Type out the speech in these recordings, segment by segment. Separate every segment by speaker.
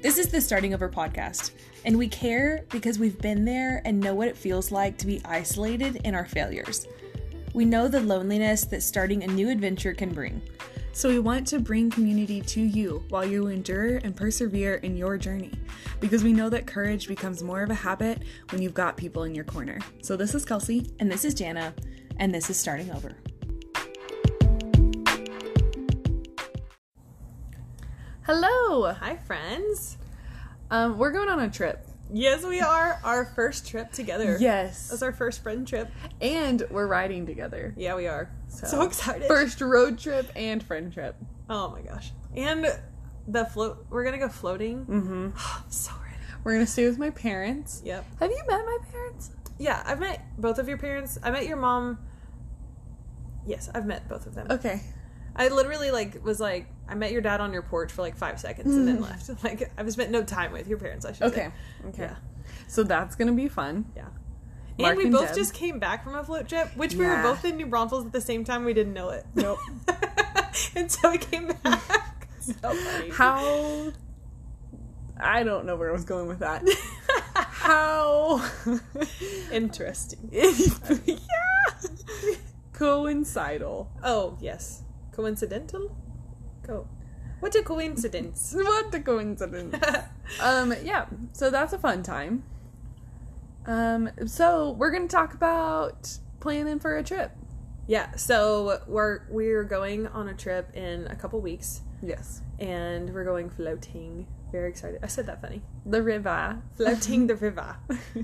Speaker 1: This is the Starting Over podcast, and we care because we've been there and know what it feels like to be isolated in our failures. We know the loneliness that starting a new adventure can bring.
Speaker 2: So, we want to bring community to you while you endure and persevere in your journey because we know that courage becomes more of a habit when you've got people in your corner. So, this is Kelsey.
Speaker 1: And this is Jana, and this is Starting Over.
Speaker 2: Hello!
Speaker 3: Hi, friends.
Speaker 2: Um, we're going on a trip.
Speaker 3: Yes, we are. Our first trip together.
Speaker 2: Yes.
Speaker 3: That's our first friend trip.
Speaker 2: And we're riding together.
Speaker 3: Yeah, we are. So, excited.
Speaker 2: First road trip and friend trip.
Speaker 3: Oh my gosh. And the float. We're going to go floating.
Speaker 1: Mm.
Speaker 3: Mm-hmm. so ready.
Speaker 2: We're going to stay with my parents.
Speaker 3: Yep.
Speaker 2: Have you met my parents?
Speaker 3: Yeah, I've met both of your parents. I met your mom. Yes, I've met both of them.
Speaker 2: Okay.
Speaker 3: I literally like was like I met your dad on your porch for like five seconds and then left. Like I've spent no time with your parents. I should
Speaker 2: Mm. Okay.
Speaker 3: say.
Speaker 2: Okay.
Speaker 3: Yeah.
Speaker 2: So, that's going to be fun.
Speaker 3: Yeah.
Speaker 2: Mark
Speaker 3: and we
Speaker 2: and
Speaker 3: both
Speaker 2: Deb.
Speaker 3: just came back from a float trip, which we
Speaker 2: Yeah.
Speaker 3: were both in New Braunfels at the same time. We didn't know it.
Speaker 2: Nope.
Speaker 3: and so we came back. so funny.
Speaker 2: How. I don't know where I was going with that. How.
Speaker 3: Interesting.
Speaker 2: yeah. Coincidental.
Speaker 3: Oh, yes. Coincidental? Co- what a coincidence.
Speaker 2: What a coincidence. um, yeah. So that's a fun time. Um, so we're gonna talk about planning for a trip.
Speaker 3: yeah, so we're we're going on a trip in a couple weeks
Speaker 2: Yes.
Speaker 3: and we're going floating. Very excited. I said that funny.
Speaker 2: The river.
Speaker 3: Floating the river.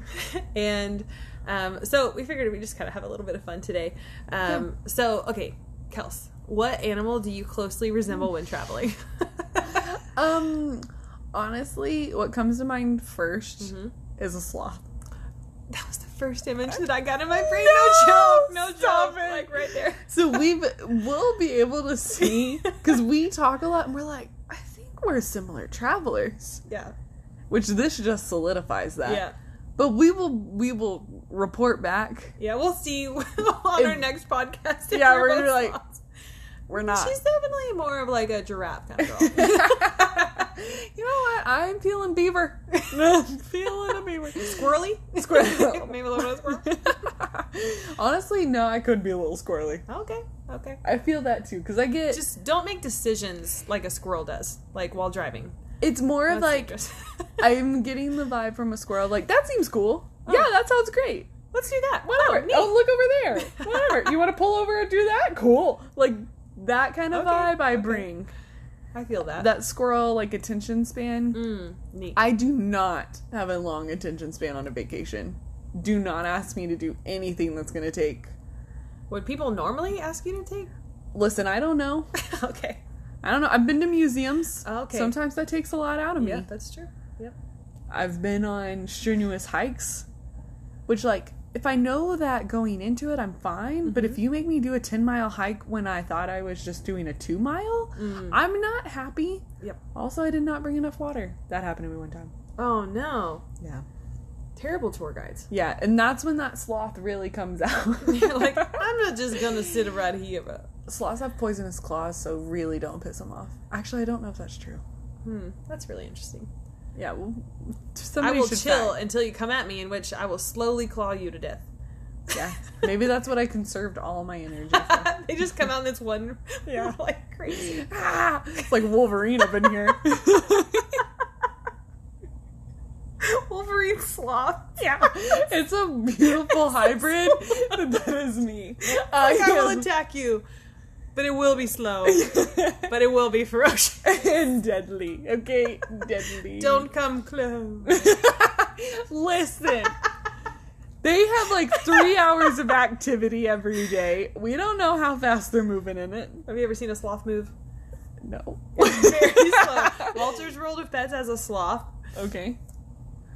Speaker 3: and um, so we figured we just kind of have a little bit of fun today. Um, So, okay, Kels, what animal do you closely resemble when traveling?
Speaker 2: Um, honestly, what comes to mind 1st is a sloth.
Speaker 3: Mm-hmm. That was the first image that I got in my brain.
Speaker 2: No,
Speaker 3: No, joke. No
Speaker 2: stop
Speaker 3: joke.
Speaker 2: it.
Speaker 3: Like right there.
Speaker 2: So we've we'll be able to see because we talk a lot and we're like, I think we're similar travelers,
Speaker 3: Yeah.
Speaker 2: which this just solidifies that.
Speaker 3: Yeah.
Speaker 2: But we will we will report back.
Speaker 3: Yeah. We'll see on our
Speaker 2: If-
Speaker 3: next podcast. if
Speaker 2: Yeah, we're gonna
Speaker 3: both
Speaker 2: be like,
Speaker 3: lost.
Speaker 2: We're not.
Speaker 3: She's definitely more of like a giraffe kind of girl.
Speaker 2: You know what? I'm feeling beaver. feeling a beaver.
Speaker 3: Squirrely?
Speaker 2: Squirrel.
Speaker 3: Maybe a little bit of squirrel.
Speaker 2: Honestly, no, I could be a little squirrely.
Speaker 3: Okay. Okay.
Speaker 2: I feel that too because I get
Speaker 3: Just don't make decisions like a squirrel does, like while driving.
Speaker 2: it's more
Speaker 3: That's
Speaker 2: of like
Speaker 3: dangerous.
Speaker 2: I'm getting the vibe from a squirrel. Like that seems cool.
Speaker 3: Oh.
Speaker 2: Yeah, that sounds great.
Speaker 3: Let's do that.
Speaker 2: Whatever.
Speaker 3: Whatever. Me.
Speaker 2: oh, look over there. Whatever. you want to pull over and do that? Cool. Like that kind of
Speaker 3: Okay,
Speaker 2: vibe I
Speaker 3: okay.
Speaker 2: bring. Oh.
Speaker 3: I feel that.
Speaker 2: That squirrel like attention span.
Speaker 3: Mm, neat.
Speaker 2: I do not have a long attention span on a vacation. Do not ask me to do anything that's going to take.
Speaker 3: Would people normally ask you to
Speaker 2: Listen, I don't know.
Speaker 3: take? okay.
Speaker 2: I don't know. I've been to museums.
Speaker 3: Okay.
Speaker 2: Sometimes that takes a lot out of me.
Speaker 3: Yeah, that's true. Yep.
Speaker 2: I've been on strenuous hikes, which, like, if I know that going into it, I'm fine. But
Speaker 3: Mm-hmm.
Speaker 2: if you make me do a 10 mile hike when I thought I was just doing a two mile, I'm not happy.
Speaker 3: Mm. Yep.
Speaker 2: Also, I did not bring enough water. That happened to me one time.
Speaker 3: Oh no.
Speaker 2: Yeah.
Speaker 3: Terrible tour guides.
Speaker 2: Yeah. And that's when that sloth really comes out.
Speaker 3: You're like, I'm not just gonna sit right here. But...
Speaker 2: Sloths have poisonous claws, so really don't piss them off. Actually, I don't know if that's true.
Speaker 3: Hmm, that's really interesting.
Speaker 2: Yeah, well, somebody
Speaker 3: I will
Speaker 2: should
Speaker 3: chill
Speaker 2: fact-
Speaker 3: until you come at me, in which I will slowly claw you to death.
Speaker 2: Yeah, maybe that's what I conserved all my energy for.
Speaker 3: they just come out in this one,
Speaker 2: Yeah.
Speaker 3: like crazy.
Speaker 2: ah, it's like Wolverine up in here.
Speaker 3: Wolverine sloth. Yeah,
Speaker 2: it's a beautiful hybrid. that is me. I
Speaker 3: I will
Speaker 2: am-
Speaker 3: attack you, but it will be slow. but it will be ferocious.
Speaker 2: and deadly. Okay, deadly.
Speaker 3: Don't come close.
Speaker 2: listen. They have like three hours of activity every day. We don't know how fast they're moving in it.
Speaker 3: Have you ever seen a sloth move?
Speaker 2: No.
Speaker 3: Very slow. Walter's World of Pets has a sloth.
Speaker 2: okay.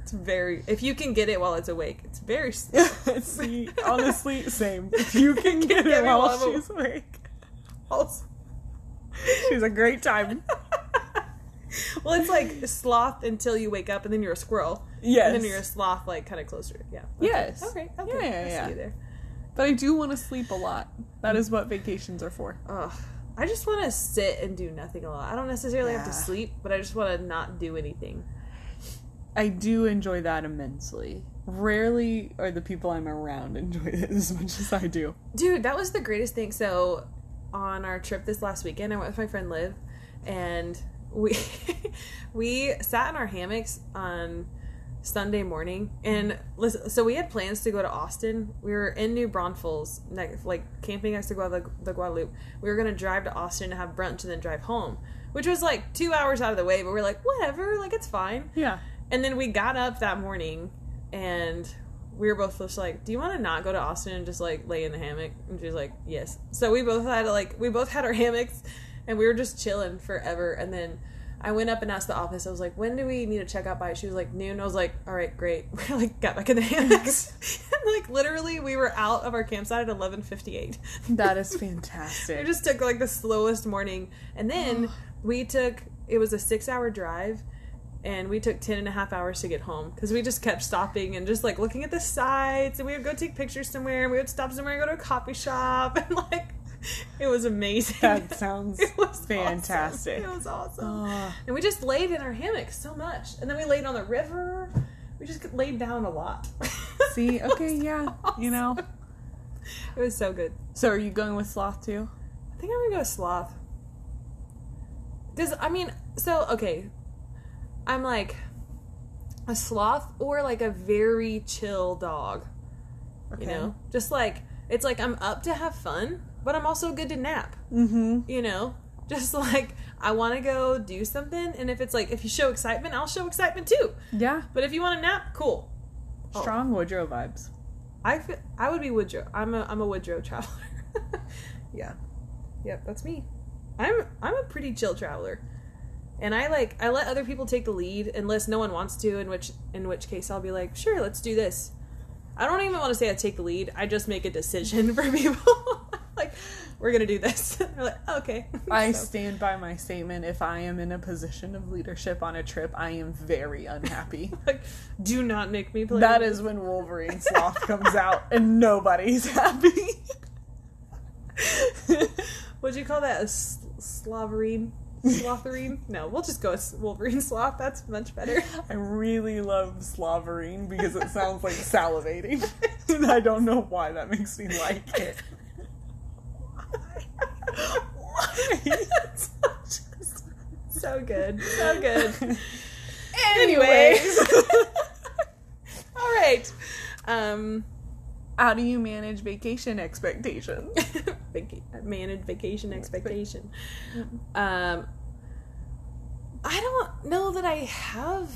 Speaker 3: It's very. If you can get it while it's awake, it's very. s-
Speaker 2: See, honestly, same. If you can get
Speaker 3: get
Speaker 2: it
Speaker 3: me
Speaker 2: while
Speaker 3: while I'm
Speaker 2: she's awake,
Speaker 3: Also,
Speaker 2: she's a great time.
Speaker 3: well, it's like sloth until you wake up, and then you're a squirrel,
Speaker 2: Yes.
Speaker 3: and then you're a sloth, like kind of closer. Yeah. Okay.
Speaker 2: Yes.
Speaker 3: Okay. Okay.
Speaker 2: Yeah, yeah,
Speaker 3: I
Speaker 2: yeah.
Speaker 3: see you there.
Speaker 2: But I do want to sleep a lot. That is what vacations are for.
Speaker 3: Ugh. I just want to sit and do nothing a lot. I don't necessarily have
Speaker 2: Yeah.
Speaker 3: to sleep, but I just want to not do anything.
Speaker 2: I do enjoy that immensely. Rarely are the people I'm around enjoy it as much as I do.
Speaker 3: Dude, that was the greatest thing. So, on our trip this last weekend, I went with my friend Liv, and we we sat in our hammocks on Sunday morning. And listen, so we had plans to go to Austin. We were in New Braunfels, next, like camping next to Guada- the Guadalupe. We were gonna drive to Austin to have brunch and then drive home, which was like two hours out of the way. But we we're like, whatever, like it's fine.
Speaker 2: Yeah.
Speaker 3: And then we got up that morning and we were both just like, Do you want to not go to Austin and just like lay in the hammock? And she was like, Yes. So we both had like, we both had our hammocks and we were just chilling forever. And then I went up and asked the office, I was like, When do we need to check out by? She was like, Noon. I was like, All right, great. We like got back in the hammocks. and like literally, we were out of our campsite at 11.58.
Speaker 2: That is
Speaker 3: We
Speaker 2: fantastic.
Speaker 3: just took like the slowest morning. And then we took, it was a six hour drive. And we took 10 and a half hours to get home because we just kept stopping and just like looking at the sights. And we would go take pictures somewhere. And we would stop somewhere and go to a coffee shop. And like, it was amazing.
Speaker 2: that sounds
Speaker 3: It was awesome.
Speaker 2: fantastic.
Speaker 3: It was awesome.
Speaker 2: Ah.
Speaker 3: And we just laid in our hammocks so much. And then we laid on the river. We just laid down a lot.
Speaker 2: See,
Speaker 3: It was
Speaker 2: okay, yeah, you know.
Speaker 3: awesome. It was so good.
Speaker 2: So are you going with sloth too?
Speaker 3: I think I'm gonna go with sloth. Does I mean so okay? I'm like a sloth or like a very chill dog. You know, just like it's like I'm up to have fun, but I'm also good to nap.
Speaker 2: Mm-hmm.
Speaker 3: You know, just like I want to go do something, and if it's like if you show excitement, I'll show excitement too.
Speaker 2: Yeah.
Speaker 3: But if you want to nap, cool. Oh.
Speaker 2: Strong Woodrow vibes.
Speaker 3: I feel, I would be Woodrow. I'm a I'm a Woodrow traveler. yeah, yep, that's me. I'm I'm a pretty chill traveler, and I like I let other people take the lead unless no one wants to. In which in which case I'll be like, sure, let's do this. I don't even want to say I take the lead. I just make a decision for people. like we're gonna do this. They're like, okay.
Speaker 2: I
Speaker 3: So-
Speaker 2: stand by my statement. If I am in a position of leadership on a trip, I am very unhappy.
Speaker 3: like do not make me play.
Speaker 2: that is when Wolverine Sloth comes out and nobody's happy.
Speaker 3: What'd you call that? A s- slobberine? Slotherine? No, we'll just go with Wolverine Sloth. That's much better.
Speaker 2: I really love slobbering because it sounds like salivating. and I don't know why that makes me like it.
Speaker 3: so good. So good.
Speaker 2: Anyways.
Speaker 3: All right. Um,
Speaker 2: How do you manage vacation expectations?
Speaker 3: vac- managed vacation expectation. Um, I don't know that I have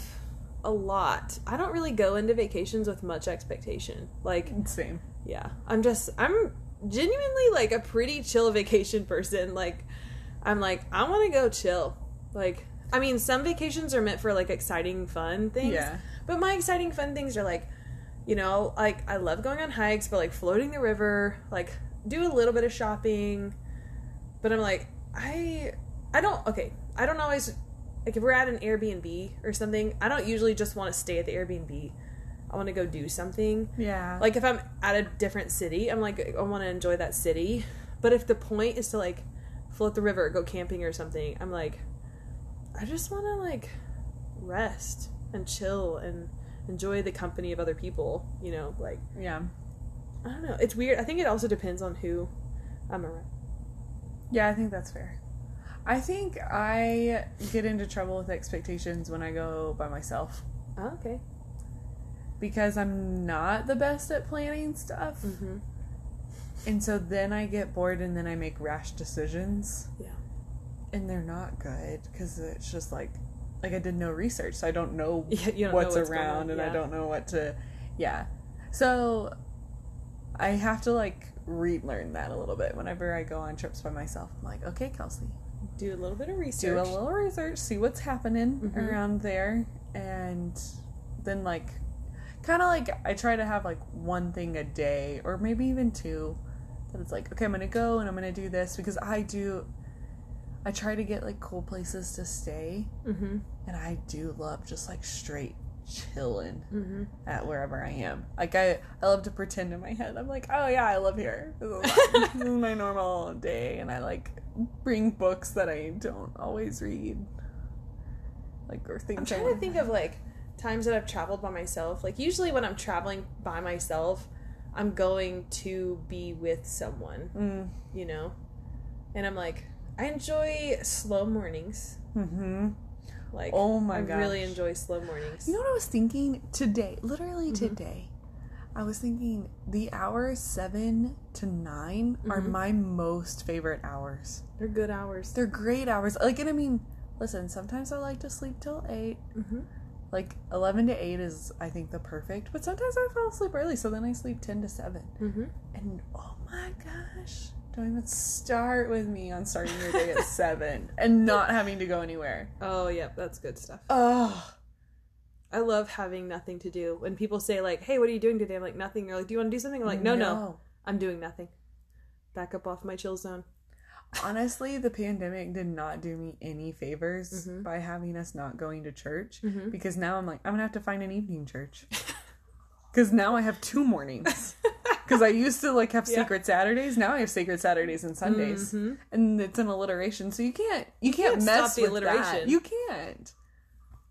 Speaker 3: a lot. I don't really go into vacations with much expectation. Like,
Speaker 2: Same.
Speaker 3: yeah i'm just i'm genuinely like a pretty chill vacation person like i'm like i want to go chill like i mean some vacations are meant for like exciting fun things
Speaker 2: Yeah.
Speaker 3: but my exciting fun things are like you know like i love going on hikes but like floating the river like do a little bit of shopping but i'm like i i don't okay i don't always like if we're at an airbnb or something i don't usually just want to stay at the airbnb i want to go do something
Speaker 2: Yeah.
Speaker 3: like if i'm at a different city i'm like i want to enjoy that city but if the point is to like float the river go camping or something i'm like i just want to like rest and chill and enjoy the company of other people you know like
Speaker 2: yeah.
Speaker 3: i don't know it's weird i think it also depends on who i'm around
Speaker 2: Yeah, I think that's fair. I think I get into trouble with expectations when I go by myself
Speaker 3: oh, okay
Speaker 2: because I'm not the best at planning stuff.
Speaker 3: mm-hmm.
Speaker 2: And so then I get bored and then I make rash decisions.
Speaker 3: Yeah.
Speaker 2: And they're not good because it's just like, like I did no research, so I don't know
Speaker 3: Yeah, you don't know
Speaker 2: what's,
Speaker 3: what's going
Speaker 2: around
Speaker 3: on,
Speaker 2: and I
Speaker 3: yeah.
Speaker 2: don't know what to, yeah. So I have to like relearn that a little bit whenever I go on trips by myself. I'm like, okay, Kelsey,
Speaker 3: do a little bit of research
Speaker 2: do a little research, see what's happening
Speaker 3: Mhm.
Speaker 2: around there, and then like kind of like I try to have like one thing a day or maybe even two that it's like okay, I'm going to go and I'm going to do this because I do I try to get like cool places to stay
Speaker 3: mm-hmm.
Speaker 2: and I do love just like straight chilling
Speaker 3: Mm-hmm.
Speaker 2: at wherever I am. Like I, I love to pretend in my head. I'm like, oh yeah, I live here. This is, this is my normal day, and I like bring books that I don't always read, like or
Speaker 3: i'm
Speaker 2: things. I
Speaker 3: trying to
Speaker 2: wanna-
Speaker 3: think of like times that I've traveled by myself, like usually when I'm traveling by myself, I'm going to be with someone,
Speaker 2: Mm.
Speaker 3: you know? And I'm like, I enjoy slow mornings.
Speaker 2: Mm-hmm.
Speaker 3: Like,
Speaker 2: Oh my
Speaker 3: I
Speaker 2: gosh.
Speaker 3: really enjoy slow mornings.
Speaker 2: You know what I was thinking today? Literally
Speaker 3: Mm-hmm.
Speaker 2: today, I was thinking the hours seven to 9 are
Speaker 3: Mm-hmm.
Speaker 2: my most favorite hours.
Speaker 3: They're good hours.
Speaker 2: They're great hours. Like, and I mean, listen, sometimes I like to sleep till 8.
Speaker 3: Mhm.
Speaker 2: Like, 11 to 8 is, I think, the perfect. But sometimes I fall asleep early, so then I sleep 10 to 7.
Speaker 3: Mm-hmm.
Speaker 2: And oh my gosh, don't even start with me on starting your day at 7 and not having to go anywhere.
Speaker 3: Oh, yep, that's good stuff.
Speaker 2: Ugh.
Speaker 3: Oh, I love having nothing to do. When people say like, "Hey, what are you doing today?" I'm like, "Nothing." They're like, "Do you want to do something?" I'm like, "No, no, I'm doing nothing." Back up off my chill zone.
Speaker 2: Honestly, the pandemic did not do me any favors by having us not going to church because now I'm like, I'm gonna have to find an evening church. Because now I have two mornings. Because I used to like have sacred Saturdays, now I have sacred Saturdays and Sundays, and it's an alliteration, so you can't Mm-hmm. you, can't,
Speaker 3: can't
Speaker 2: mess
Speaker 3: stop the
Speaker 2: with alliteration.
Speaker 3: alliteration.
Speaker 2: You can't.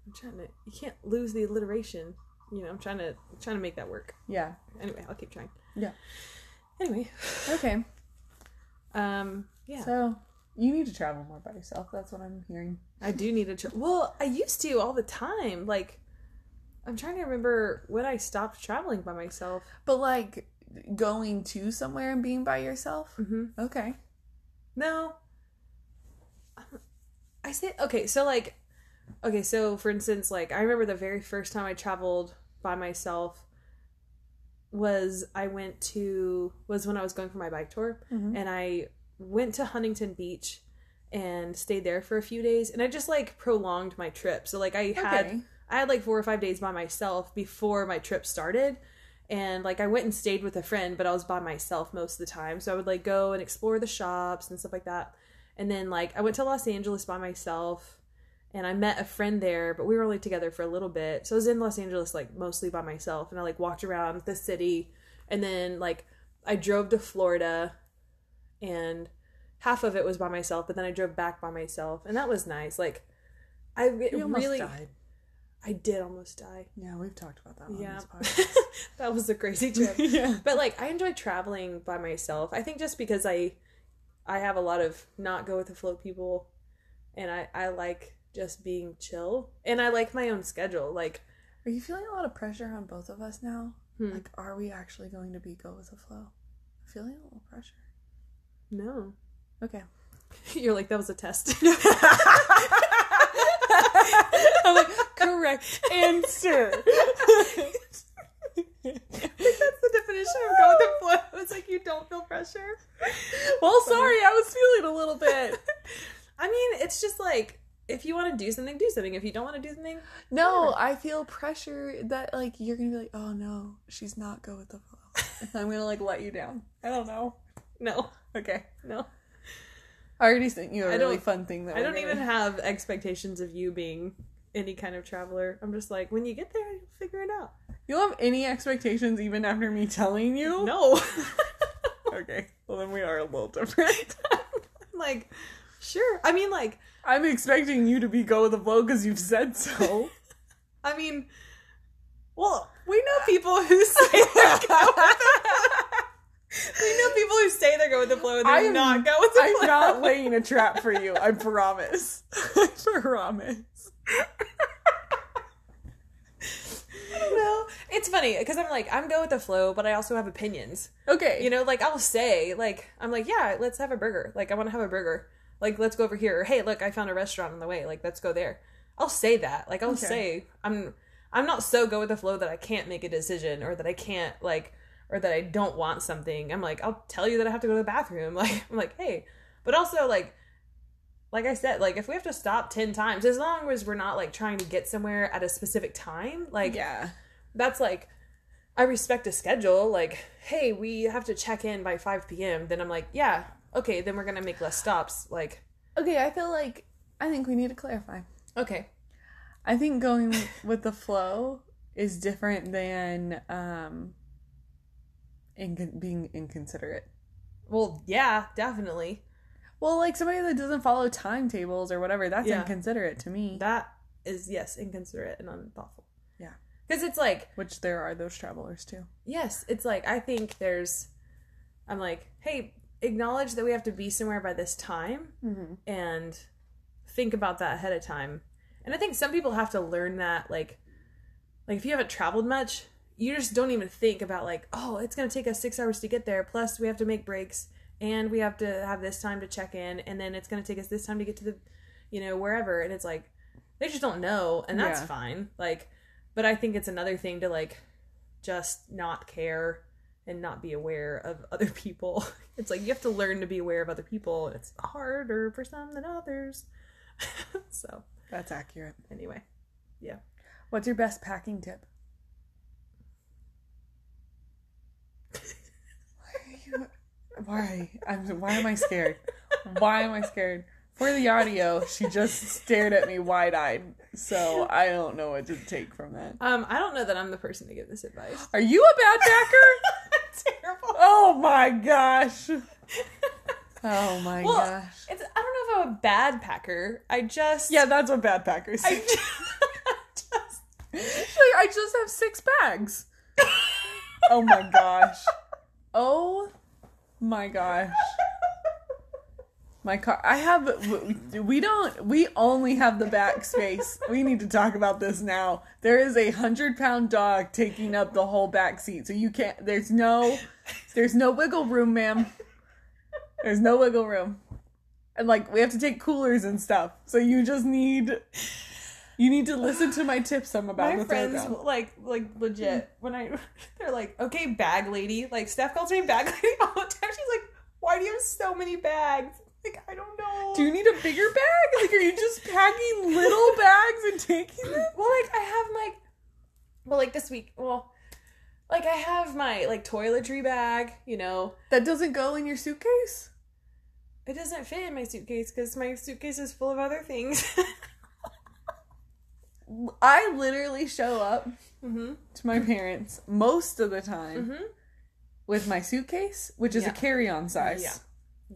Speaker 3: I'm trying to. You can't lose the alliteration. You know, I'm trying to I'm trying to make that work.
Speaker 2: Yeah,
Speaker 3: Anyway, I'll keep trying.
Speaker 2: yeah.
Speaker 3: Anyway,
Speaker 2: Okay,
Speaker 3: um, yeah,
Speaker 2: so you need to travel more by yourself. That's what I'm hearing.
Speaker 3: I do need to. Tra- well, I used to all the time. Like, I'm trying to remember when I stopped traveling by myself.
Speaker 2: But like going to somewhere and being by yourself.
Speaker 3: Mhm.
Speaker 2: Mm-hmm. Okay.
Speaker 3: No. Um, I say okay, so like okay, so for instance, like I remember the very first time I traveled by myself was I went to was when I was going for my bike tour and I went to Huntington Beach and stayed there for a few days and I just like prolonged my trip. So like I had
Speaker 2: Okay.
Speaker 3: I had like 4 or 5 days by myself before my trip started and like I went and stayed with a friend, but I was by myself most of the time. So I would like go and explore the shops and stuff like that. And then like I went to Los Angeles by myself and I met a friend there, but we were only together for a little bit. So I was in Los Angeles like mostly by myself and I like walked around the city and then like I drove to Florida and half of it was by myself, but then I drove back by myself and that was nice. Like I re-
Speaker 2: You almost
Speaker 3: really
Speaker 2: died.
Speaker 3: I did almost die.
Speaker 2: Yeah, we've talked about that.
Speaker 3: Yeah.
Speaker 2: On this podcast.
Speaker 3: that was a crazy trip.
Speaker 2: yeah.
Speaker 3: but like i enjoy traveling by myself i think just because i i have a lot of not go with the flow people and i i like just being chill and i like my own schedule like
Speaker 2: Are you feeling a lot of pressure on both of us now?
Speaker 3: Hmm.
Speaker 2: Like, are we actually going to be go with the flow? I'm feeling a little pressure.
Speaker 3: no
Speaker 2: Okay.
Speaker 3: you're like that was a test
Speaker 2: I'm like, correct answer.
Speaker 3: that's the definition of go with the flow it's like you don't feel pressure
Speaker 2: well, sorry, I was feeling a little bit.
Speaker 3: i mean it's just like if you want to do something do something if you don't want to do something
Speaker 2: No, I feel pressure that like you're gonna be like, oh no, she's not go with the flow. And I'm gonna like let you down. I don't know.
Speaker 3: no
Speaker 2: Okay.
Speaker 3: no
Speaker 2: I already sent you a
Speaker 3: I don't-
Speaker 2: really fun thing that
Speaker 3: i
Speaker 2: we're
Speaker 3: don't
Speaker 2: gonna-
Speaker 3: even have expectations of you being any kind of traveler i'm just like when you get there you'll figure it out
Speaker 2: You don't have any expectations even after me telling you?
Speaker 3: no
Speaker 2: Okay. Well, then we are a little different.
Speaker 3: I'm like, sure. I mean, like,
Speaker 2: I'm expecting you to be go with the flow because you've said so.
Speaker 3: I mean, well, we know people who say they're go with the- we know people who say they're going with the flow. and They're
Speaker 2: I am-
Speaker 3: not going with the
Speaker 2: I'm
Speaker 3: flow.
Speaker 2: not laying a trap for you. I promise. I promise.
Speaker 3: No, it's funny because I'm like, I'm go with the flow, but I also have opinions.
Speaker 2: Okay.
Speaker 3: You know, like I'll say, like, I'm like, yeah, let's have a burger. Like, I want to have a burger. Like, let's go over here. Or, hey, look, I found a restaurant on the way. Like, let's go there. I'll say that. Like, I'll
Speaker 2: Okay.
Speaker 3: say I'm I'm not so go with the flow that I can't make a decision or that I can't like or that I don't want something. I'm like, I'll tell you that I have to go to the bathroom. Like, I'm like, hey, but also like. Like I said, like if we have to stop ten times, as long as we're not like trying to get somewhere at a specific time, like
Speaker 2: yeah.
Speaker 3: that's like I respect a schedule. Like, hey, we have to check in by 5 p.m. Then I'm like, yeah, okay, then we're gonna make less stops. Like,
Speaker 2: Okay, I feel like I think we need to clarify.
Speaker 3: okay,
Speaker 2: I think going with the flow is different than um incon being inconsiderate.
Speaker 3: well, yeah, definitely.
Speaker 2: Well, like somebody that doesn't follow timetables or whatever, that's
Speaker 3: Yeah.
Speaker 2: inconsiderate to me.
Speaker 3: That is yes, inconsiderate and unthoughtful.
Speaker 2: yeah.
Speaker 3: Because it's like,
Speaker 2: Which there are those travelers too.
Speaker 3: yes, it's like, I think there's, I'm like, hey, acknowledge that we have to be somewhere by this time and think about that ahead of time. And I think some people have to learn that, like, like if you haven't traveled much, you just don't even think about like, oh, it's gonna take us six hours to get there. Plus, we have to make breaks, and we have to have this time to check in, and then it's gonna take us this time to get to the, you know, wherever. And it's like, they just don't know, and that's
Speaker 2: Yeah.
Speaker 3: fine. Like, but I think it's another thing to like, just not care and not be aware of other people. It's like you have to learn to be aware of other people, and it's harder for some than others. so
Speaker 2: That's accurate.
Speaker 3: anyway, yeah.
Speaker 2: What's your best packing tip? why are you? Why? I'm, why am I scared? Why am I scared? For the audio, she just stared at me wide eyed. So I don't know what to take from that.
Speaker 3: Um, I don't know that I'm the person to give this advice.
Speaker 2: Are you a badbacker?
Speaker 3: Terrible.
Speaker 2: oh my gosh. Oh my
Speaker 3: Well,
Speaker 2: gosh.
Speaker 3: it's I don't know if I'm a bad packer. I just
Speaker 2: Yeah, that's what badpackers
Speaker 3: I
Speaker 2: say.
Speaker 3: just,
Speaker 2: I just have six bags. Oh my gosh. Oh my gosh. My car. I have. w- We don't. We only have the back space. We need to talk about this now. There is a hundred pound dog taking up the whole back seat, so you can't. There's no. There's no wiggle room, ma'am. There's no wiggle room, and like we have to take coolers and stuff. So you just need. You need to listen to my tips. I'm about
Speaker 3: my
Speaker 2: to
Speaker 3: friends
Speaker 2: throw down.
Speaker 3: like like legit when I they're like okay bag lady like Steph calls me bag lady all the time. She's like, why do you have so many bags? Like I don't know.
Speaker 2: Do you need a bigger bag? Like, are you just packing little bags and taking them?
Speaker 3: well like I have like well like this week well like I have my like toiletry bag you know
Speaker 2: That doesn't go in your suitcase?
Speaker 3: it doesn't fit in my suitcase because my suitcase is full of other things.
Speaker 2: I literally show up
Speaker 3: mm-hmm.
Speaker 2: to my parents most of the time
Speaker 3: Mhm.
Speaker 2: with my suitcase, which is
Speaker 3: Yeah.
Speaker 2: a carry on size.
Speaker 3: Yeah.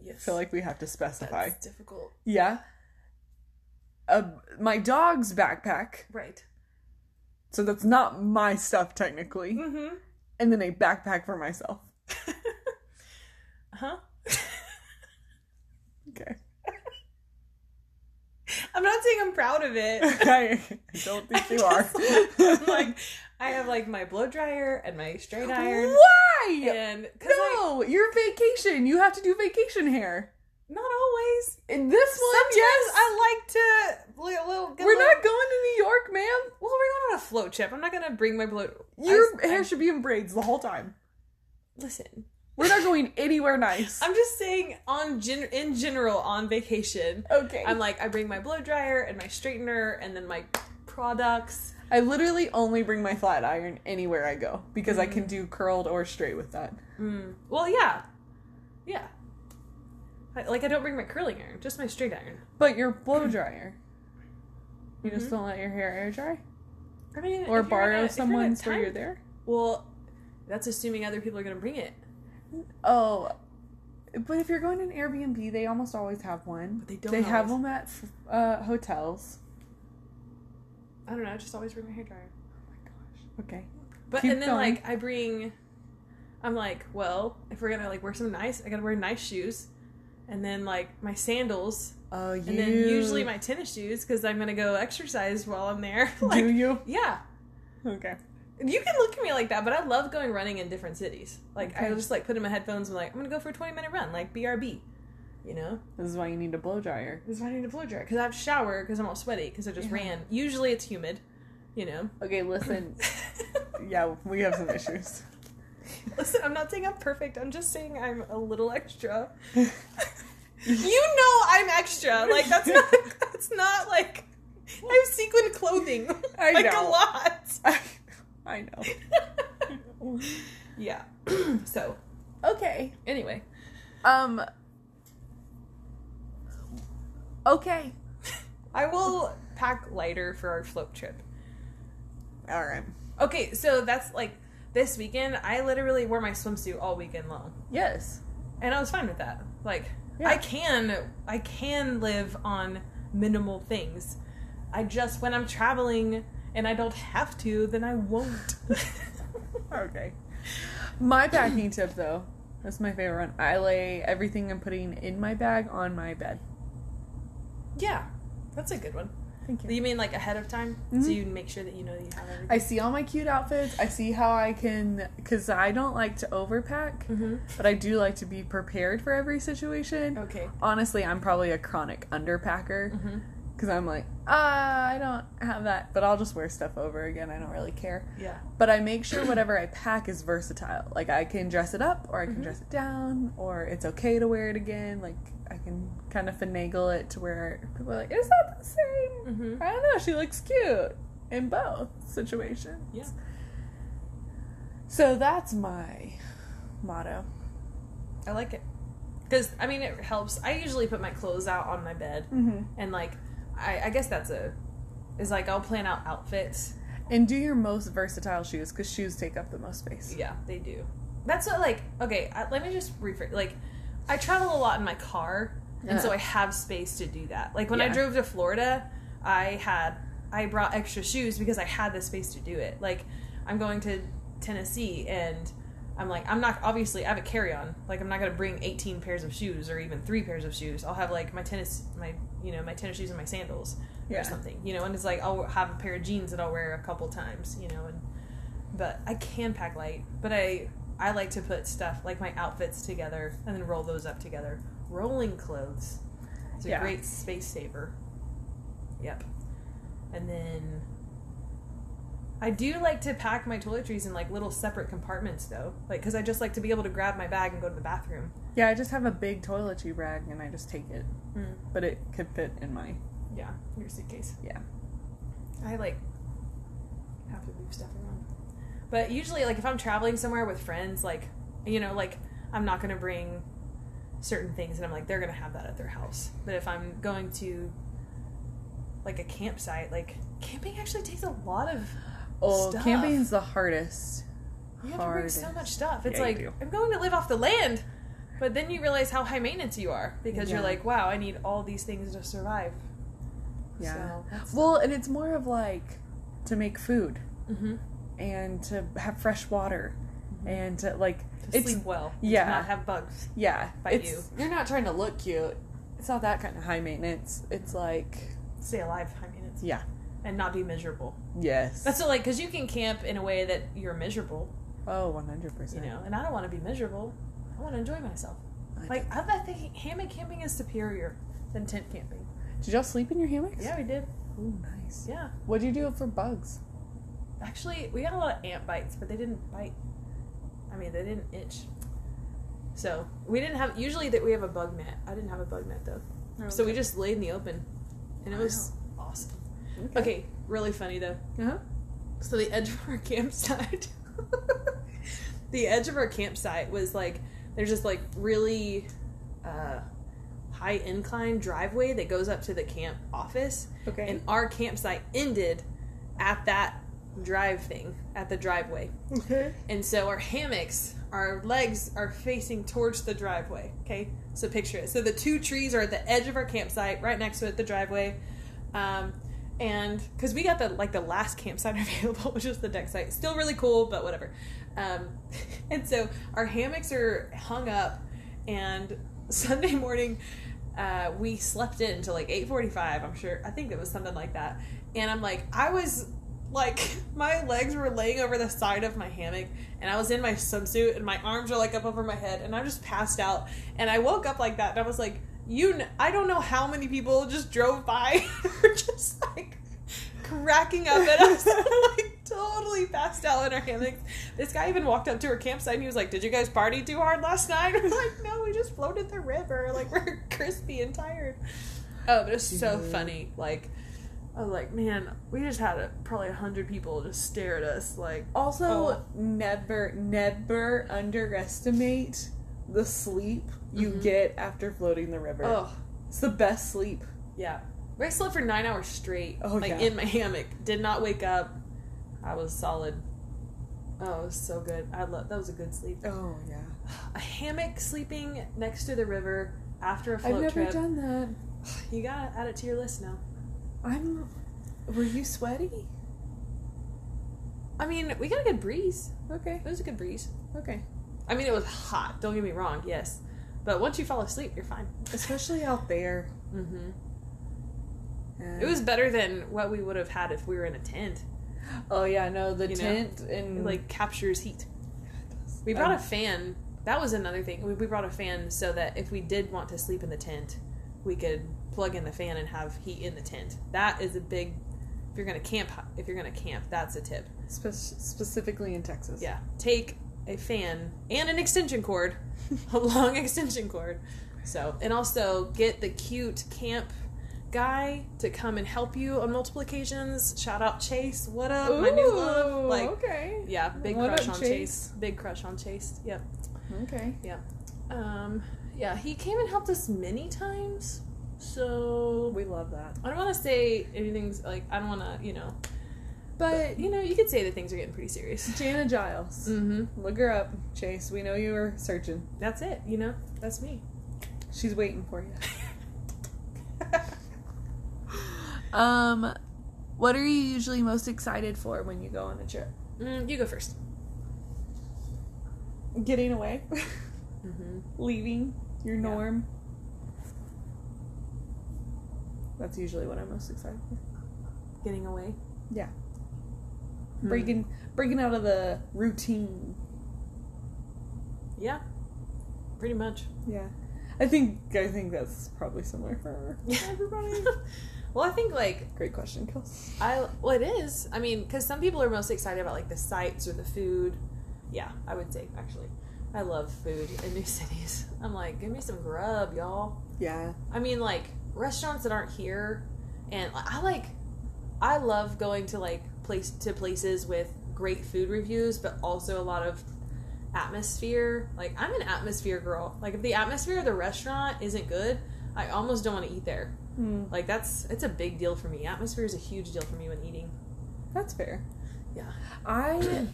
Speaker 2: I
Speaker 3: Yes.
Speaker 2: feel like we have to specify.
Speaker 3: That's difficult.
Speaker 2: Yeah. Uh, my dog's backpack,
Speaker 3: Right.
Speaker 2: so that's not my stuff technically,
Speaker 3: Mm-hmm.
Speaker 2: and then a backpack for myself.
Speaker 3: Huh?
Speaker 2: Okay.
Speaker 3: I'm not saying I'm proud of it.
Speaker 2: I don't think you are.
Speaker 3: I'm like, I have like my blow dryer and my straight iron.
Speaker 2: Why?
Speaker 3: And cause like,
Speaker 2: No, you're vacation. You have to do vacation hair.
Speaker 3: not always.
Speaker 2: In this one,
Speaker 3: Sometimes
Speaker 2: yes.
Speaker 3: I like to li- little. get a
Speaker 2: we're
Speaker 3: little-
Speaker 2: not going to New York, ma'am.
Speaker 3: Well, we're going on a float trip. I'm not gonna bring my blow.
Speaker 2: Your
Speaker 3: I- I-
Speaker 2: hair should be in braids the whole time.
Speaker 3: listen.
Speaker 2: We're not going anywhere nice.
Speaker 3: I'm just saying on gen- in general on vacation.
Speaker 2: okay.
Speaker 3: I'm like I bring my blow dryer and my straightener and then my products.
Speaker 2: I literally only bring my flat iron anywhere I go because I can do curled or straight with that.
Speaker 3: Well, yeah, yeah. I, like I don't bring my curling iron, just my straight iron.
Speaker 2: But your blow dryer. You just don't let your hair air dry?
Speaker 3: I mean,
Speaker 2: Or
Speaker 3: if you're in a-
Speaker 2: borrow
Speaker 3: if you're in a
Speaker 2: someone's where
Speaker 3: time-
Speaker 2: you're there?
Speaker 3: Well, that's assuming other people are going to bring it,
Speaker 2: Oh, but if you're going to an Airbnb, they almost always have one.
Speaker 3: but they don't.
Speaker 2: they have
Speaker 3: always.
Speaker 2: them at uh, hotels.
Speaker 3: I don't know. I just always bring my hair dryer.
Speaker 2: Okay.
Speaker 3: But
Speaker 2: Keep
Speaker 3: and then
Speaker 2: going.
Speaker 3: like I bring, I'm like, well, if we're gonna like wear some nice, I gotta wear nice shoes, and then like my sandals,
Speaker 2: Oh, you.
Speaker 3: and then usually my tennis shoes because I'm gonna go exercise while I'm there. like,
Speaker 2: Do you?
Speaker 3: yeah.
Speaker 2: Okay.
Speaker 3: You can look at me like that, but I love going running in different cities. Like I
Speaker 2: Okay.
Speaker 3: just like put in my headphones and like I'm gonna go for a 20 minute run, like BRB. You know,
Speaker 2: This is why you need a blow dryer.
Speaker 3: this is why I need a blow dryer because I have to shower because I'm all sweaty because I just
Speaker 2: Yeah.
Speaker 3: ran. Usually it's humid, you know.
Speaker 2: Okay, listen. yeah, we have some issues.
Speaker 3: Listen, I'm not saying I'm perfect. I'm just saying I'm a little extra. you know I'm extra. Like that's not. That's not like I have sequin clothing.
Speaker 2: I
Speaker 3: like a
Speaker 2: know.
Speaker 3: lot.
Speaker 2: I, I know.
Speaker 3: yeah. so
Speaker 2: Okay.
Speaker 3: anyway,
Speaker 2: Um. Okay.
Speaker 3: I will pack lighter for our float trip.
Speaker 2: All right.
Speaker 3: Okay, so that's like this weekend. I literally wore my swimsuit all weekend long,
Speaker 2: Yes.
Speaker 3: and I was fine with that. Like
Speaker 2: Yeah.
Speaker 3: I can, I can live on minimal things. I just when I'm traveling and I don't have to, then I won't.
Speaker 2: Okay. My packing tip, though, that's my favorite one. I lay everything I'm putting in my bag on my bed.
Speaker 3: yeah, that's a good one.
Speaker 2: Thank you.
Speaker 3: You mean like ahead of time, so
Speaker 2: Mhm.
Speaker 3: you make sure that you know that you have everything.
Speaker 2: I see all my cute outfits. I see how I can, because I don't like to overpack,
Speaker 3: Mhm.
Speaker 2: but I do like to be prepared for every situation.
Speaker 3: Okay.
Speaker 2: Honestly, I'm probably a chronic underpacker
Speaker 3: Mm-hmm.
Speaker 2: because I'm like, ah, I don't have that, but I'll just wear stuff over again. I don't really care.
Speaker 3: Yeah.
Speaker 2: But I make sure whatever I pack is versatile. Like I can dress it up or I can
Speaker 3: Mm-hmm.
Speaker 2: dress it down or it's okay to wear it again. Like I can kind of finagle it to where people are like, it's not the same.
Speaker 3: Mm-hmm.
Speaker 2: I don't know, she looks cute in both situations.
Speaker 3: Yeah.
Speaker 2: So that's my motto.
Speaker 3: I like it because I mean it helps. I usually put my clothes out on my bed,
Speaker 2: Mm-hmm.
Speaker 3: and like I, I guess that's a is like I'll plan out outfits.
Speaker 2: And do your most versatile shoes because shoes take up the most space.
Speaker 3: Yeah, they do. That's what like okay. I, let me just rephrase. Like I travel a lot in my car, and so
Speaker 2: Uh-huh.
Speaker 3: I have space to do that. Like when I
Speaker 2: Yeah.
Speaker 3: drove to Florida, I had I brought extra shoes because I had the space to do it. Like I'm going to Tennessee and. I'm like, I'm not, obviously, I have a carry on. Like, I'm not going to bring 18 pairs of shoes or even three pairs of shoes. I'll have, like, my tennis, my, you know, my tennis shoes and my sandals
Speaker 2: Yeah.
Speaker 3: or something, you know. And it's like I'll have a pair of jeans that I'll wear a couple times, you know. And but I can pack light, but I I like to put stuff like my outfits together and then roll those up together. Rolling clothes is a
Speaker 2: Yeah.
Speaker 3: great space saver. Yep. And then I do like to pack my toiletries in like little separate compartments though, like because I just like to be able to grab my bag and go to the bathroom.
Speaker 2: Yeah, I just have a big toiletry bag and I just take it,
Speaker 3: Mm.
Speaker 2: but it could fit in my
Speaker 3: Yeah, your suitcase.
Speaker 2: yeah.
Speaker 3: I like have to leave stuff around. But usually, like if I'm traveling somewhere with friends, like you know, like I'm not gonna bring certain things, and I'm like they're gonna have that at their house. But if I'm going to like a campsite, like camping actually takes a lot of
Speaker 2: Oh,
Speaker 3: Stuff.
Speaker 2: camping's the hardest.
Speaker 3: you have to bring so
Speaker 2: Hardest.
Speaker 3: much stuff. It's
Speaker 2: Yeah, you
Speaker 3: like
Speaker 2: do.
Speaker 3: I'm going to live off the land, but then you realize how high maintenance you are because
Speaker 2: Yeah.
Speaker 3: you're like, wow, I need all these things to survive.
Speaker 2: Yeah.
Speaker 3: So that's,
Speaker 2: Well, and it's more of like to make food
Speaker 3: mm-hmm.
Speaker 2: and to have fresh water and to like
Speaker 3: to
Speaker 2: it's
Speaker 3: sleep well.
Speaker 2: yeah.
Speaker 3: To not have bugs.
Speaker 2: yeah,
Speaker 3: by
Speaker 2: it's,
Speaker 3: you.
Speaker 2: You're not trying to look cute. It's not that kind of high maintenance. It's like
Speaker 3: Stay alive. High maintenance.
Speaker 2: yeah,
Speaker 3: and not be miserable.
Speaker 2: yes.
Speaker 3: That's what, like because you can camp in a way that you're miserable,
Speaker 2: oh, one hundred
Speaker 3: you
Speaker 2: percent.
Speaker 3: know. And I don't want to be miserable. I want to enjoy myself. Like I bet the hammock camping is superior than tent camping.
Speaker 2: did y'all sleep in your hammocks?
Speaker 3: Yeah, we did.
Speaker 2: Ooh, nice.
Speaker 3: Yeah,
Speaker 2: What'd you do for bugs?
Speaker 3: actually, we got a lot of ant bites, but they didn't bite. I mean, they didn't itch. So we didn't have. Usually, that we have a bug net. I didn't have a bug net though, so we just laid in the open, and it was awesome. Okay, really funny though.
Speaker 2: Uh-huh.
Speaker 3: So the edge of our campsite, the edge of our campsite was like there's this like really uh, high incline driveway that goes up to the camp office,
Speaker 2: Okay.
Speaker 3: and our campsite ended at that drive thing at the driveway,
Speaker 2: okay.
Speaker 3: and so our hammocks, our legs are facing towards the driveway. Okay, so picture it. So the two trees are at the edge of our campsite, right next to it, the driveway. Um, and because we got the like the last campsite available, which is the deck site, still really cool, but whatever. Um, and so our hammocks are hung up, and Sunday morning uh, we slept in until like eight forty-five. I'm sure. I think it was something like that. And I'm like, I was like, my legs were laying over the side of my hammock, and I was in my swimsuit, and my arms are like up over my head, and I just passed out. And I woke up like that, and I was like, you, kn- I don't know how many people just drove by, were just like cracking up at us, like totally passed out in our hammocks. This guy even walked up to her campsite and he was like, "Did you guys party too hard last night?" We're like, "No, we just floated the river. Like we're crispy and tired." Oh, but it's so
Speaker 2: Dude.
Speaker 3: funny. Like I was like, "Man, we just had a, probably a hundred people just stare at us." Like,
Speaker 2: Also,
Speaker 3: Oh.
Speaker 2: never, never underestimate the sleep you get after floating the river.
Speaker 3: Mm-hmm. oh
Speaker 2: It's the best sleep.
Speaker 3: yeah, I slept for nine hours straight.
Speaker 2: Oh,
Speaker 3: like
Speaker 2: yeah.
Speaker 3: in my hammock, did not wake up. I was solid. Oh, it was so good. I love that was a good sleep.
Speaker 2: Oh yeah,
Speaker 3: a hammock sleeping next to the river after a
Speaker 2: I've
Speaker 3: float
Speaker 2: never
Speaker 3: trip.
Speaker 2: done that.
Speaker 3: You gotta add it to your list now.
Speaker 2: I'm. Were you sweaty?
Speaker 3: I mean, we got a good breeze.
Speaker 2: Okay.
Speaker 3: It was a good breeze.
Speaker 2: Okay.
Speaker 3: I mean, it was hot. Don't get me wrong. Yes, but once you fall asleep, you're fine.
Speaker 2: Especially out there.
Speaker 3: Mm-hmm.
Speaker 2: And-
Speaker 3: It was better than what we would have had if we were in a tent.
Speaker 2: Oh yeah, no, the
Speaker 3: You know,
Speaker 2: tent
Speaker 3: It,
Speaker 2: and
Speaker 3: like captures heat. We brought
Speaker 2: Mm. Um,
Speaker 3: a fan. That was another thing. We, we brought a fan so that if we did want to sleep in the tent, we could plug in the fan and have heat in the tent. That is a big. If you're gonna camp, if you're gonna camp, that's a tip.
Speaker 2: spe- specifically in Texas.
Speaker 3: Yeah, take a fan and an extension cord, a long extension cord. So, and also get the cute camp guy to come and help you on multiple occasions. Shout out Chase. What up, my new love?
Speaker 2: Ooh,
Speaker 3: Like,
Speaker 2: okay.
Speaker 3: yeah, big
Speaker 2: What
Speaker 3: crush
Speaker 2: up,
Speaker 3: on Chase.
Speaker 2: Chase?
Speaker 3: Big crush on Chase. Yep.
Speaker 2: Okay.
Speaker 3: Um, yeah, he came and helped us many times. So
Speaker 2: We love that.
Speaker 3: I don't want to say anything's like I don't want to, you know. But you know, you could say that things are getting pretty serious.
Speaker 2: Jana Giles.
Speaker 3: Mm-hmm.
Speaker 2: Look her up, Chase. We know you were searching.
Speaker 3: That's it. You know, that's me.
Speaker 2: She's waiting for you. Um, what are you usually most excited for when you go on a trip?
Speaker 3: mm, you go 1st
Speaker 2: Getting away,
Speaker 3: Mm-hmm.
Speaker 2: leaving your
Speaker 3: Yeah.
Speaker 2: norm. That's usually what I'm most excited for.
Speaker 3: Getting away.
Speaker 2: Yeah.
Speaker 3: Hmm.
Speaker 2: Breaking breaking out of the routine.
Speaker 3: Yeah. Pretty much.
Speaker 2: Yeah. I think I think that's probably similar for everybody.
Speaker 3: well, I think like
Speaker 2: Great question, Kels.
Speaker 3: I well it is. I mean, because some people are most excited about like the sights or the food. Yeah, I would say actually, I love food in new cities. I'm like, give me some grub, y'all.
Speaker 2: Yeah.
Speaker 3: I mean, like restaurants that aren't here, and I I like, I love going to like place to places with great food reviews, but also a lot of atmosphere. Like I'm an atmosphere girl. Like if the atmosphere of the restaurant isn't good, I almost don't want to eat there.
Speaker 2: Hmm.
Speaker 3: Like that's it's a big deal for me. Atmosphere is a huge deal for me when eating.
Speaker 2: That's fair.
Speaker 3: Yeah.
Speaker 2: I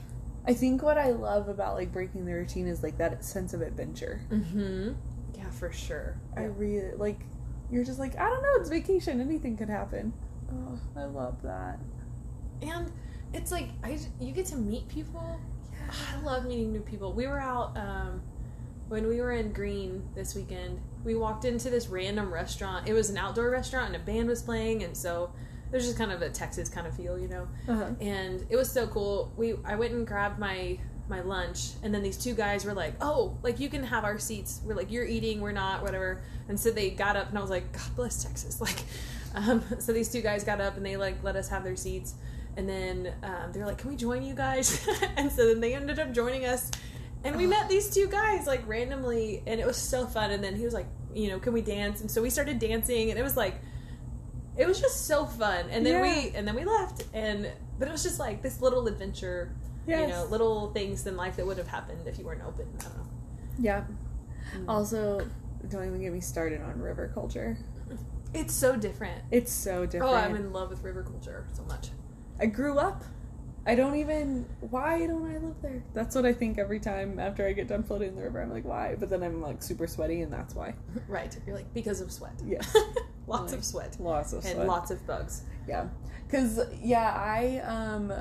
Speaker 2: I think what I love about like breaking the routine is like that sense of adventure.
Speaker 3: Mm-hmm. Yeah, for sure. Oh,
Speaker 2: I really like you're just like, I don't know, it's vacation, anything could happen. Oh, I love that.
Speaker 3: and it's like I j- you get to meet people. I love meeting new people. We were out um, when we were in Green this weekend. We walked into this random restaurant. It was an outdoor restaurant, and a band was playing, and so it was just kind of a Texas kind of feel, you know.
Speaker 2: Uh-huh.
Speaker 3: And it was so cool. We I went and grabbed my my lunch, and then these two guys were like, "Oh, like you can have our seats. We're like you're eating, we're not, whatever." And so they got up, and I was like, "God bless Texas!" Like, um, so these two guys got up and they like let us have their seats. And then um, they were like, "Can we join you guys?" and so then they ended up joining us, and we met these two guys like randomly, and it was so fun. And then he was like, "You know, can we dance?" And so we started dancing, and it was like, it was just so fun. And then we and then we left, and but it was just like this little adventure,
Speaker 2: Yes.
Speaker 3: you know, little things in life that would have happened if you weren't open. I don't know.
Speaker 2: yeah.
Speaker 3: mm.
Speaker 2: Also, don't even get me started on river culture.
Speaker 3: It's so different.
Speaker 2: It's so different.
Speaker 3: Oh, I'm in love with river culture so much.
Speaker 2: I grew up. I don't even. Why don't I live there? That's what I think every time after I get done floating in the river. I'm like, why? But then I'm like super sweaty, and that's why.
Speaker 3: Right. You're like because of sweat.
Speaker 2: Yes.
Speaker 3: lots
Speaker 2: Like,
Speaker 3: of sweat.
Speaker 2: Lots of
Speaker 3: And
Speaker 2: sweat.
Speaker 3: lots of bugs.
Speaker 2: Yeah. Cause yeah, I um,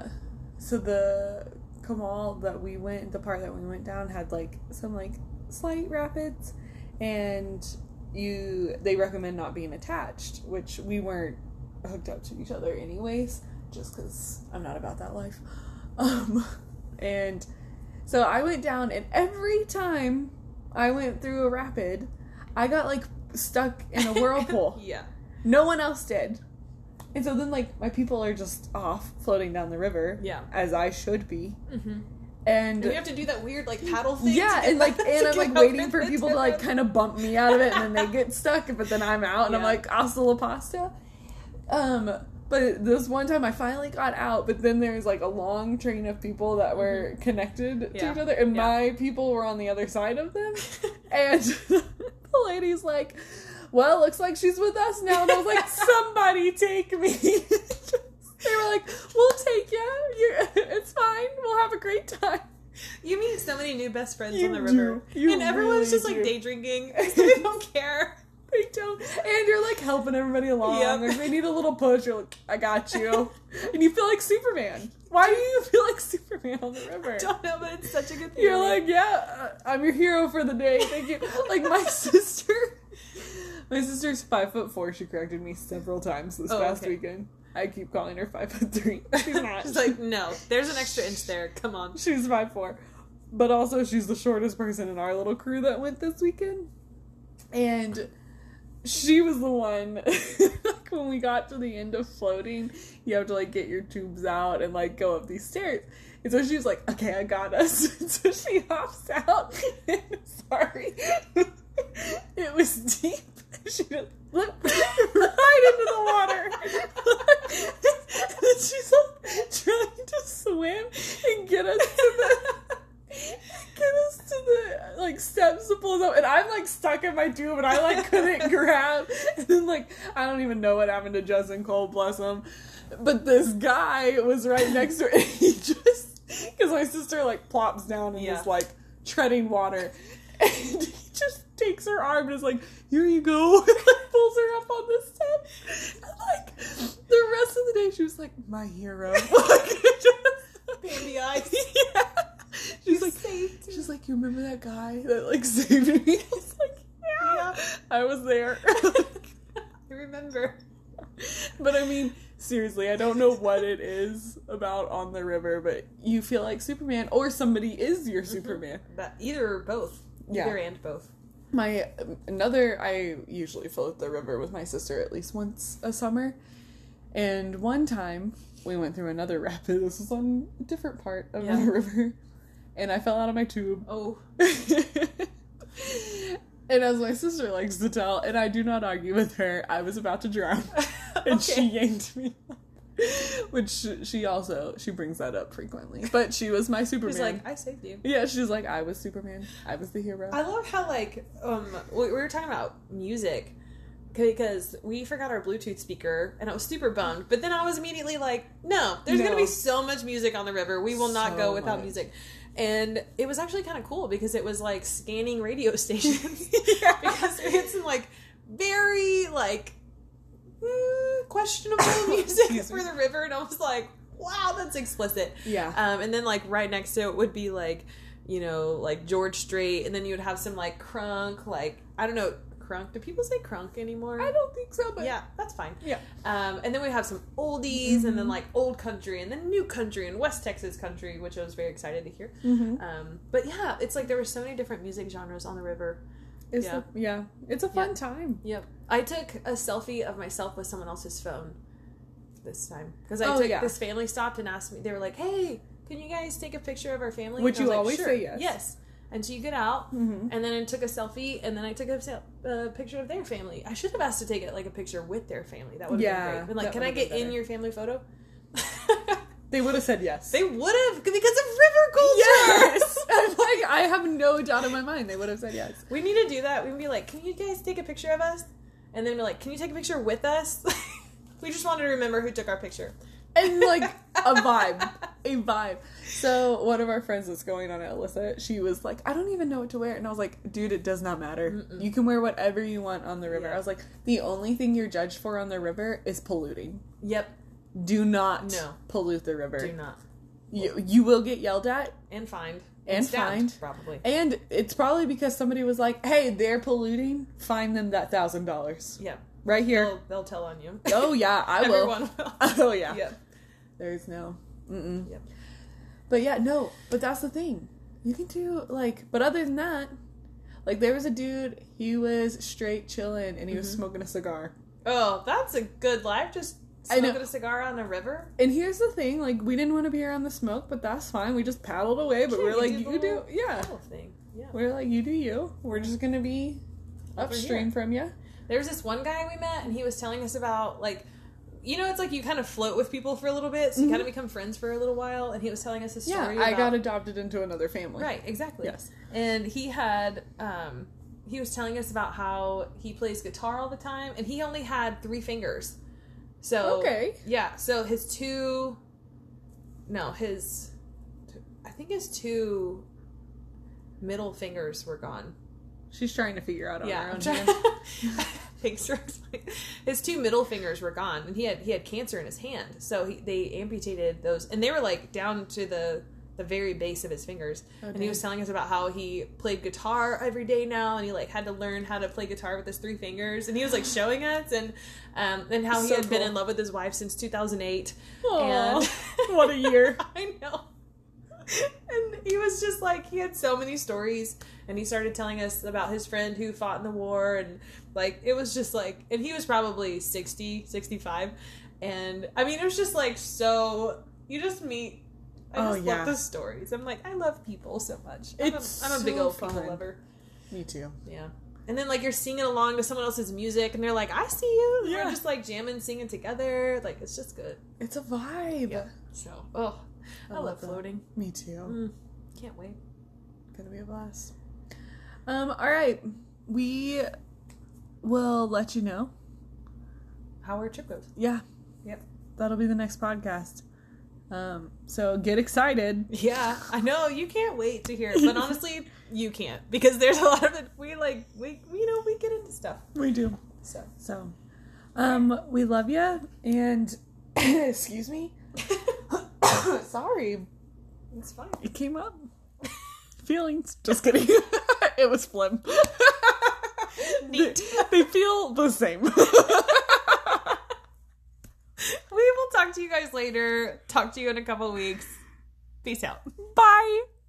Speaker 2: so the Kamal that we went, the part that we went down had like some like slight rapids, and you they recommend not being attached, which we weren't hooked up to each other anyways, just cause I'm not about that life. Um, and so I went down, and every time I went through a rapid, I got like stuck in a whirlpool.
Speaker 3: Yeah.
Speaker 2: No one else did. And so then, like, my people are just off floating down the river,
Speaker 3: Yeah.
Speaker 2: as I should be.
Speaker 3: Mm-hmm. And
Speaker 2: And,
Speaker 3: you have to do that weird like paddle thing.
Speaker 2: yeah,
Speaker 3: to get
Speaker 2: and like,
Speaker 3: back-
Speaker 2: and
Speaker 3: to
Speaker 2: I'm like
Speaker 3: get out
Speaker 2: waiting
Speaker 3: of
Speaker 2: for
Speaker 3: the
Speaker 2: people to like
Speaker 3: river.
Speaker 2: kind of bump me out of it, and then they get stuck. But then I'm out, and I'm
Speaker 3: Yeah.
Speaker 2: like, hasta la pasta. Um, but this one time I finally got out, but then there was like a long train of people that were connected to
Speaker 3: Mm-hmm. Yeah.
Speaker 2: each other, and
Speaker 3: Yeah.
Speaker 2: my people were on the other side of them. And the lady's like, Well, looks like she's with us now. And I was like, Somebody take me. they were like, We'll take you. You're, it's fine. We'll have a great time.
Speaker 3: You meet so many new best friends
Speaker 2: You
Speaker 3: on the river,
Speaker 2: do. You
Speaker 3: and everyone's
Speaker 2: really
Speaker 3: just like
Speaker 2: do.
Speaker 3: day drinking. they don't care.
Speaker 2: big toe, and you're like helping everybody along.
Speaker 3: Yep.
Speaker 2: Like they need a little push. You're like, I got you, and you feel like Superman. Why do you feel like Superman on the river?
Speaker 3: Don't know, but it's such a good thing.
Speaker 2: You're like, yeah, uh, I'm your hero for the day. Thank you. like my sister, my sister's five foot four. She corrected me several times this
Speaker 3: Oh,
Speaker 2: past
Speaker 3: okay.
Speaker 2: weekend. I keep calling her five foot three. She's not.
Speaker 3: She's like, no, there's an extra inch there. Come on.
Speaker 2: She's five four, but also she's the shortest person in our little crew that went this weekend, and she was the one. like when we got to the end of floating, you have to like get your tubes out and like go up these stairs. And so she was like, "Okay, I got us." And so she hops out. Sorry, it was deep. She just flipped right into the water. and she's like trying to swim and get us to the get us to the like steps to pull us up and i'm like stuck in my tube and i like couldn't grab and then like i don't even know what happened to justin cole bless him but this guy was right next to her and he just because my sister like plops down and
Speaker 3: Yeah.
Speaker 2: is like treading water and he just takes her arm and is like here you go and like, pulls her up on the step and like the rest of the day she was like my hero like, just-
Speaker 3: Baby eyes.
Speaker 2: yeah. She's like,
Speaker 3: saved
Speaker 2: she's like, you remember that guy that like saved me? I was like, yeah, I was there.
Speaker 3: I remember.
Speaker 2: but I mean, seriously, I don't know what it is about on the river, but you feel like Superman or somebody is your Superman.
Speaker 3: But either or both.
Speaker 2: Yeah.
Speaker 3: Either and both.
Speaker 2: my another i usually float the river with my sister at least once a summer and one time we went through another rapid this was on a different part of
Speaker 3: Yeah.
Speaker 2: the river and i fell out of my tube
Speaker 3: Oh.
Speaker 2: and as my sister likes to tell and i do not argue with her i was about to drown and she yanked me up. which she- she also she brings that up frequently but she was my superman
Speaker 3: She's like, I saved you.
Speaker 2: yeah she's like i was superman i was the hero
Speaker 3: I love how like um we we were talking about music because we forgot our Bluetooth speaker and I was super bummed. But then I was immediately like, no, there's gonna
Speaker 2: No.
Speaker 3: be so much music on the river. We will not
Speaker 2: So
Speaker 3: go without
Speaker 2: much.
Speaker 3: music. And it was actually kind of cool because it was like scanning radio stations
Speaker 2: Yeah.
Speaker 3: because we had some like very like mm, questionable music
Speaker 2: Excuse
Speaker 3: for
Speaker 2: me.
Speaker 3: the river, and I was like, wow, that's explicit.
Speaker 2: yeah
Speaker 3: Um, and then like right next to it would be like, you know, like George Strait, and then you would have some like crunk, like I don't know, crunk. Do people say crunk anymore?
Speaker 2: I don't think so, but
Speaker 3: yeah, that's fine.
Speaker 2: Yeah. Mm-hmm.
Speaker 3: Um, and then we have some oldies, and then like old country, and then new country, and West Texas country, which I was very excited to hear.
Speaker 2: Mhm.
Speaker 3: Um, but yeah, it's like there were so many different music genres on the river.
Speaker 2: It's
Speaker 3: Yeah.
Speaker 2: yeah. A, yeah, it's a fun time.
Speaker 3: Yep. I took a selfie of myself with someone else's phone this time because I
Speaker 2: Oh,
Speaker 3: took
Speaker 2: yeah.
Speaker 3: this family stopped and asked me. They were like, "Hey, can you guys take a picture of our family?"
Speaker 2: Which
Speaker 3: And I was
Speaker 2: you
Speaker 3: like,
Speaker 2: always say yes.
Speaker 3: Yes. And so you get out,
Speaker 2: Mhm.
Speaker 3: and then I took a selfie, and then I took a se- uh, picture of their family. I should have asked to take it like a picture with their family. That would have
Speaker 2: Yeah,
Speaker 3: been great. Been like,
Speaker 2: that
Speaker 3: can I
Speaker 2: would've been
Speaker 3: get in
Speaker 2: better.
Speaker 3: your family photo?
Speaker 2: They would have said yes.
Speaker 3: they would have because of river culture.
Speaker 2: yes. I'm like I have no doubt in my mind they would have said yes.
Speaker 3: We need to do that. We can be like, can you guys take a picture of us? And then we're like, can you take a picture with us? we just wanted to remember who took our picture.
Speaker 2: And like a vibe, a vibe. So one of our friends that's going on at Alyssa, she was like, I don't even know what to wear, and I was like, dude, it does not matter. You can wear whatever you want on the river.
Speaker 3: Yeah.
Speaker 2: I was like, the only thing you're judged for on the river is polluting.
Speaker 3: Yep.
Speaker 2: Do not
Speaker 3: No.
Speaker 2: pollute the river.
Speaker 3: Do not.
Speaker 2: You you will get yelled at.
Speaker 3: And find.
Speaker 2: And
Speaker 3: stabbed,
Speaker 2: fined.
Speaker 3: Probably.
Speaker 2: And it's probably because somebody was like, "Hey, they're polluting. Find them that thousand dollars
Speaker 3: Yep.
Speaker 2: right here."
Speaker 3: They'll, they'll tell on you.
Speaker 2: Oh yeah, I will.
Speaker 3: Everyone will.
Speaker 2: Oh yeah.
Speaker 3: Yep.
Speaker 2: There's no. Mm-mm.
Speaker 3: Yep.
Speaker 2: But yeah, no. But that's the thing. You can do like. But other than that, like there was a dude. He was straight chilling, and he
Speaker 3: Mm-hmm.
Speaker 2: was smoking a cigar.
Speaker 3: Oh, that's a good life. Just
Speaker 2: I know.
Speaker 3: smoking a cigar on a river.
Speaker 2: And here's the thing: like we didn't want to be around the smoke, but that's fine. We just paddled away. But
Speaker 3: Yeah,
Speaker 2: we're
Speaker 3: you
Speaker 2: like,
Speaker 3: did the
Speaker 2: you do,
Speaker 3: little-
Speaker 2: yeah.
Speaker 3: Little thing. Yeah.
Speaker 2: We're like, you do you. We're just gonna be
Speaker 3: Over
Speaker 2: upstream
Speaker 3: here.
Speaker 2: from you.
Speaker 3: There's this one guy we met, and he was telling us about like, you know, it's like you kind of float with people for a little bit, so you kind of become friends for a little while. And he was telling us a
Speaker 2: Mm-hmm. Yeah,
Speaker 3: story.
Speaker 2: I
Speaker 3: about-
Speaker 2: got adopted into another family.
Speaker 3: Right, exactly.
Speaker 2: Yes.
Speaker 3: And he had um he was telling us about how he plays guitar all the time and he only had three fingers. So
Speaker 2: Okay.
Speaker 3: Yeah, so his two no, his I think his two middle fingers were gone.
Speaker 2: She's trying to figure out on
Speaker 3: yeah.
Speaker 2: her
Speaker 3: I'm
Speaker 2: own
Speaker 3: trying-
Speaker 2: hand.
Speaker 3: Thanks for explaining. His two middle fingers were gone, and he had he had cancer in his hand, so he, they amputated those, and they were like down to the the very base of his fingers.
Speaker 2: Oh,
Speaker 3: and he was telling us about how he played guitar every day now, and he like had to learn how to play guitar with his three fingers, and he was like showing us, and um, and how he
Speaker 2: So
Speaker 3: had been
Speaker 2: cool.
Speaker 3: in love with his wife since 2008.
Speaker 2: Aw,
Speaker 3: and
Speaker 2: what a year.
Speaker 3: I know. And he was just like he had so many stories, and he started telling us about his friend who fought in the war, and like it was just like, and he was probably 60, 65. and I mean it was just like so. You just meet. I
Speaker 2: Oh,
Speaker 3: just
Speaker 2: yeah.
Speaker 3: love the stories. I'm like I love people so much.
Speaker 2: It's
Speaker 3: I'm a, I'm a big
Speaker 2: so
Speaker 3: old people
Speaker 2: fun.
Speaker 3: lover.
Speaker 2: Me too.
Speaker 3: Yeah. And then like you're singing along to someone else's music, and they're like, "I see you." And
Speaker 2: Yeah.
Speaker 3: We're just like jamming, singing together. Like it's just good.
Speaker 2: It's a vibe.
Speaker 3: Yeah. So, oh, I,
Speaker 2: love
Speaker 3: love Mm.
Speaker 2: that.
Speaker 3: floating.
Speaker 2: Me too.
Speaker 3: Can't wait.
Speaker 2: Gonna be a blast. Um, all right. We will let you know.
Speaker 3: How our trip goes.
Speaker 2: Yeah.
Speaker 3: Yep.
Speaker 2: That'll be the next podcast. Um, so get excited.
Speaker 3: Yeah, I know you can't wait to hear it, but honestly, you can't because there's a lot of it. We like we we know we get into stuff.
Speaker 2: We do.
Speaker 3: So
Speaker 2: So, um, we love you and excuse me. Sorry,
Speaker 3: it's fine.
Speaker 2: it came up. Feelings. Just kidding. it was phlegm. they,
Speaker 3: Neat.
Speaker 2: they feel the same.
Speaker 3: We will talk to you guys later. Talk to you in a couple weeks. Peace out.
Speaker 2: Bye.